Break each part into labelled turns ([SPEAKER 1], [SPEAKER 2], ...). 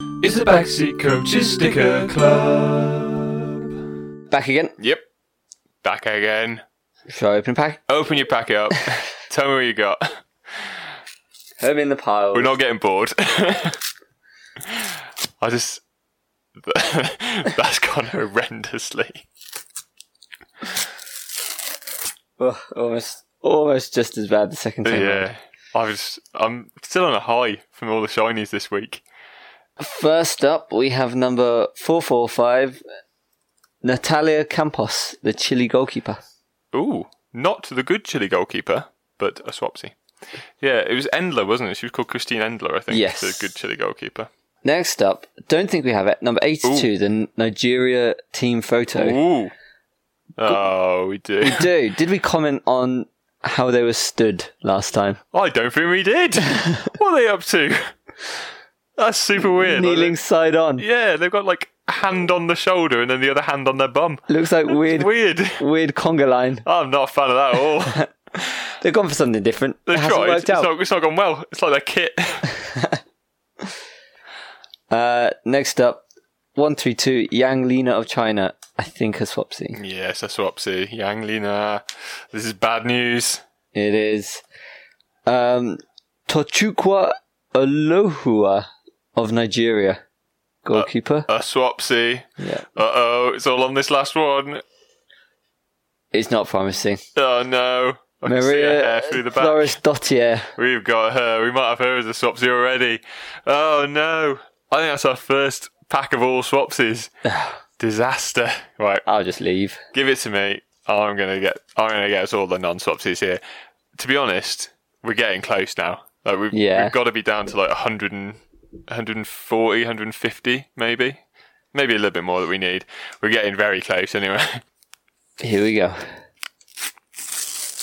[SPEAKER 1] It's the Backseat Coaches Sticker Club.
[SPEAKER 2] Back again.
[SPEAKER 3] Yep. Back again.
[SPEAKER 2] Shall I open pack?
[SPEAKER 3] Open your packet up. Tell me what you got.
[SPEAKER 2] Home in the pile.
[SPEAKER 3] We're not getting bored. I just. That's gone horrendously.
[SPEAKER 2] Ugh, almost, almost just as bad the second time. round.
[SPEAKER 3] Yeah. I was. I'm still on a high from all the shinies this week.
[SPEAKER 2] First up, we have number four four five, Natalia Campos, the Chile goalkeeper.
[SPEAKER 3] Ooh, not the good Chile goalkeeper, but a swapsy. Yeah, it was Endler, wasn't it? She was called Christine Endler, I think.
[SPEAKER 2] Yes.
[SPEAKER 3] The good Chile goalkeeper.
[SPEAKER 2] Next up, don't think we have it. Number eighty-two, the Nigeria team photo.
[SPEAKER 3] Ooh. Oh, we do.
[SPEAKER 2] Dude, did we comment on how they were stood last time?
[SPEAKER 3] I don't think we did. what are they up to? That's super weird. Like,
[SPEAKER 2] Kneeling side on.
[SPEAKER 3] yeah, they've got like a hand on the shoulder and then the other hand on their bum.
[SPEAKER 2] Looks like weird,
[SPEAKER 3] It's
[SPEAKER 2] weird,
[SPEAKER 3] weird.
[SPEAKER 2] conga line.
[SPEAKER 3] I'm not a fan of that at all.
[SPEAKER 2] They've gone for something different.
[SPEAKER 3] They've
[SPEAKER 2] it hasn't
[SPEAKER 3] tried. It's
[SPEAKER 2] worked out.
[SPEAKER 3] not, it's not gone well. It's like their kit.
[SPEAKER 2] Uh, next up, one three two Yang Lina of China. I think a swapsy.
[SPEAKER 3] yes, that's Swapsy. Yang Lina. This is bad news.
[SPEAKER 2] It is um, Tochukwa Olohua of Nigeria, goalkeeper.
[SPEAKER 3] A Swapsy.
[SPEAKER 2] yeah,
[SPEAKER 3] Uh oh, it's all on this last one.
[SPEAKER 2] it's not promising.
[SPEAKER 3] Oh no. I can see her
[SPEAKER 2] Maria
[SPEAKER 3] hair through the back.
[SPEAKER 2] Flores Dottier.
[SPEAKER 3] We've got her. We might have her as a swapsy already. Oh no! I think that's our first pack of all swapsies. Disaster. Right,
[SPEAKER 2] I'll just leave.
[SPEAKER 3] give it to me. I'm gonna get. I'm gonna get us all the non-swapsies here. To be honest, we're getting close now. Like we've,
[SPEAKER 2] Yeah.
[SPEAKER 3] we've got to be down to like 100 and, 140, 150 maybe, maybe a little bit more that we need. We're getting very close anyway.
[SPEAKER 2] Here we go.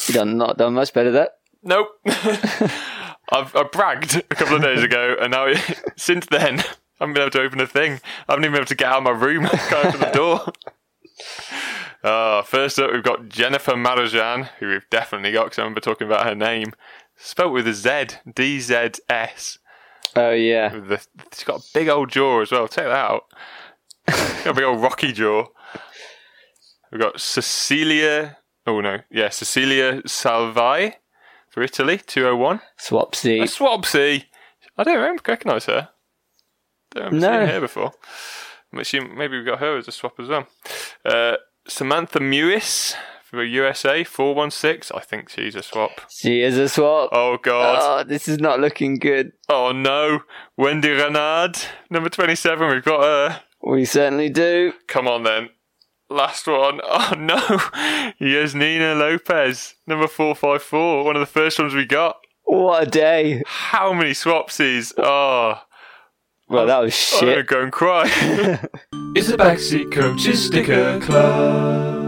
[SPEAKER 2] You done not done much better there.
[SPEAKER 3] nope. I've I bragged a couple of days ago, and now since then I haven't been able to open a thing. I haven't even been able to get out of my room. I can't open the door. Uh, first up, we've got Jennifer Marajan, who we've definitely got because I remember talking about her name. Spelt with a Z, D Z S.
[SPEAKER 2] Oh yeah,
[SPEAKER 3] With the- She's got a big old jaw as well. Check that out. She's got a big old rocky jaw. We've got Cecilia. Oh no, yeah, Cecilia Salvai for Italy, 201. A
[SPEAKER 2] swapsy.
[SPEAKER 3] Swabsy. I don't remember recognise her. Don't remember
[SPEAKER 2] No.
[SPEAKER 3] seeing her before. But she- maybe we got her as a swap as well. Uh, Samantha Mewis for USA four one six. I think she's a swap.
[SPEAKER 2] She is a swap.
[SPEAKER 3] Oh god.
[SPEAKER 2] Oh, this is not looking good.
[SPEAKER 3] Oh, no. Wendy Renard number twenty seven. We've got her.
[SPEAKER 2] We certainly do.
[SPEAKER 3] Come on then. Last one. Oh no. Yasnina Lopez number four five four. One of the first ones we got.
[SPEAKER 2] What a day.
[SPEAKER 3] How many swapsies? Oh,
[SPEAKER 2] Well, that was
[SPEAKER 3] I'm gonna
[SPEAKER 2] shit.
[SPEAKER 3] go and cry.
[SPEAKER 1] It's the Backseat Coaches Sticker Club.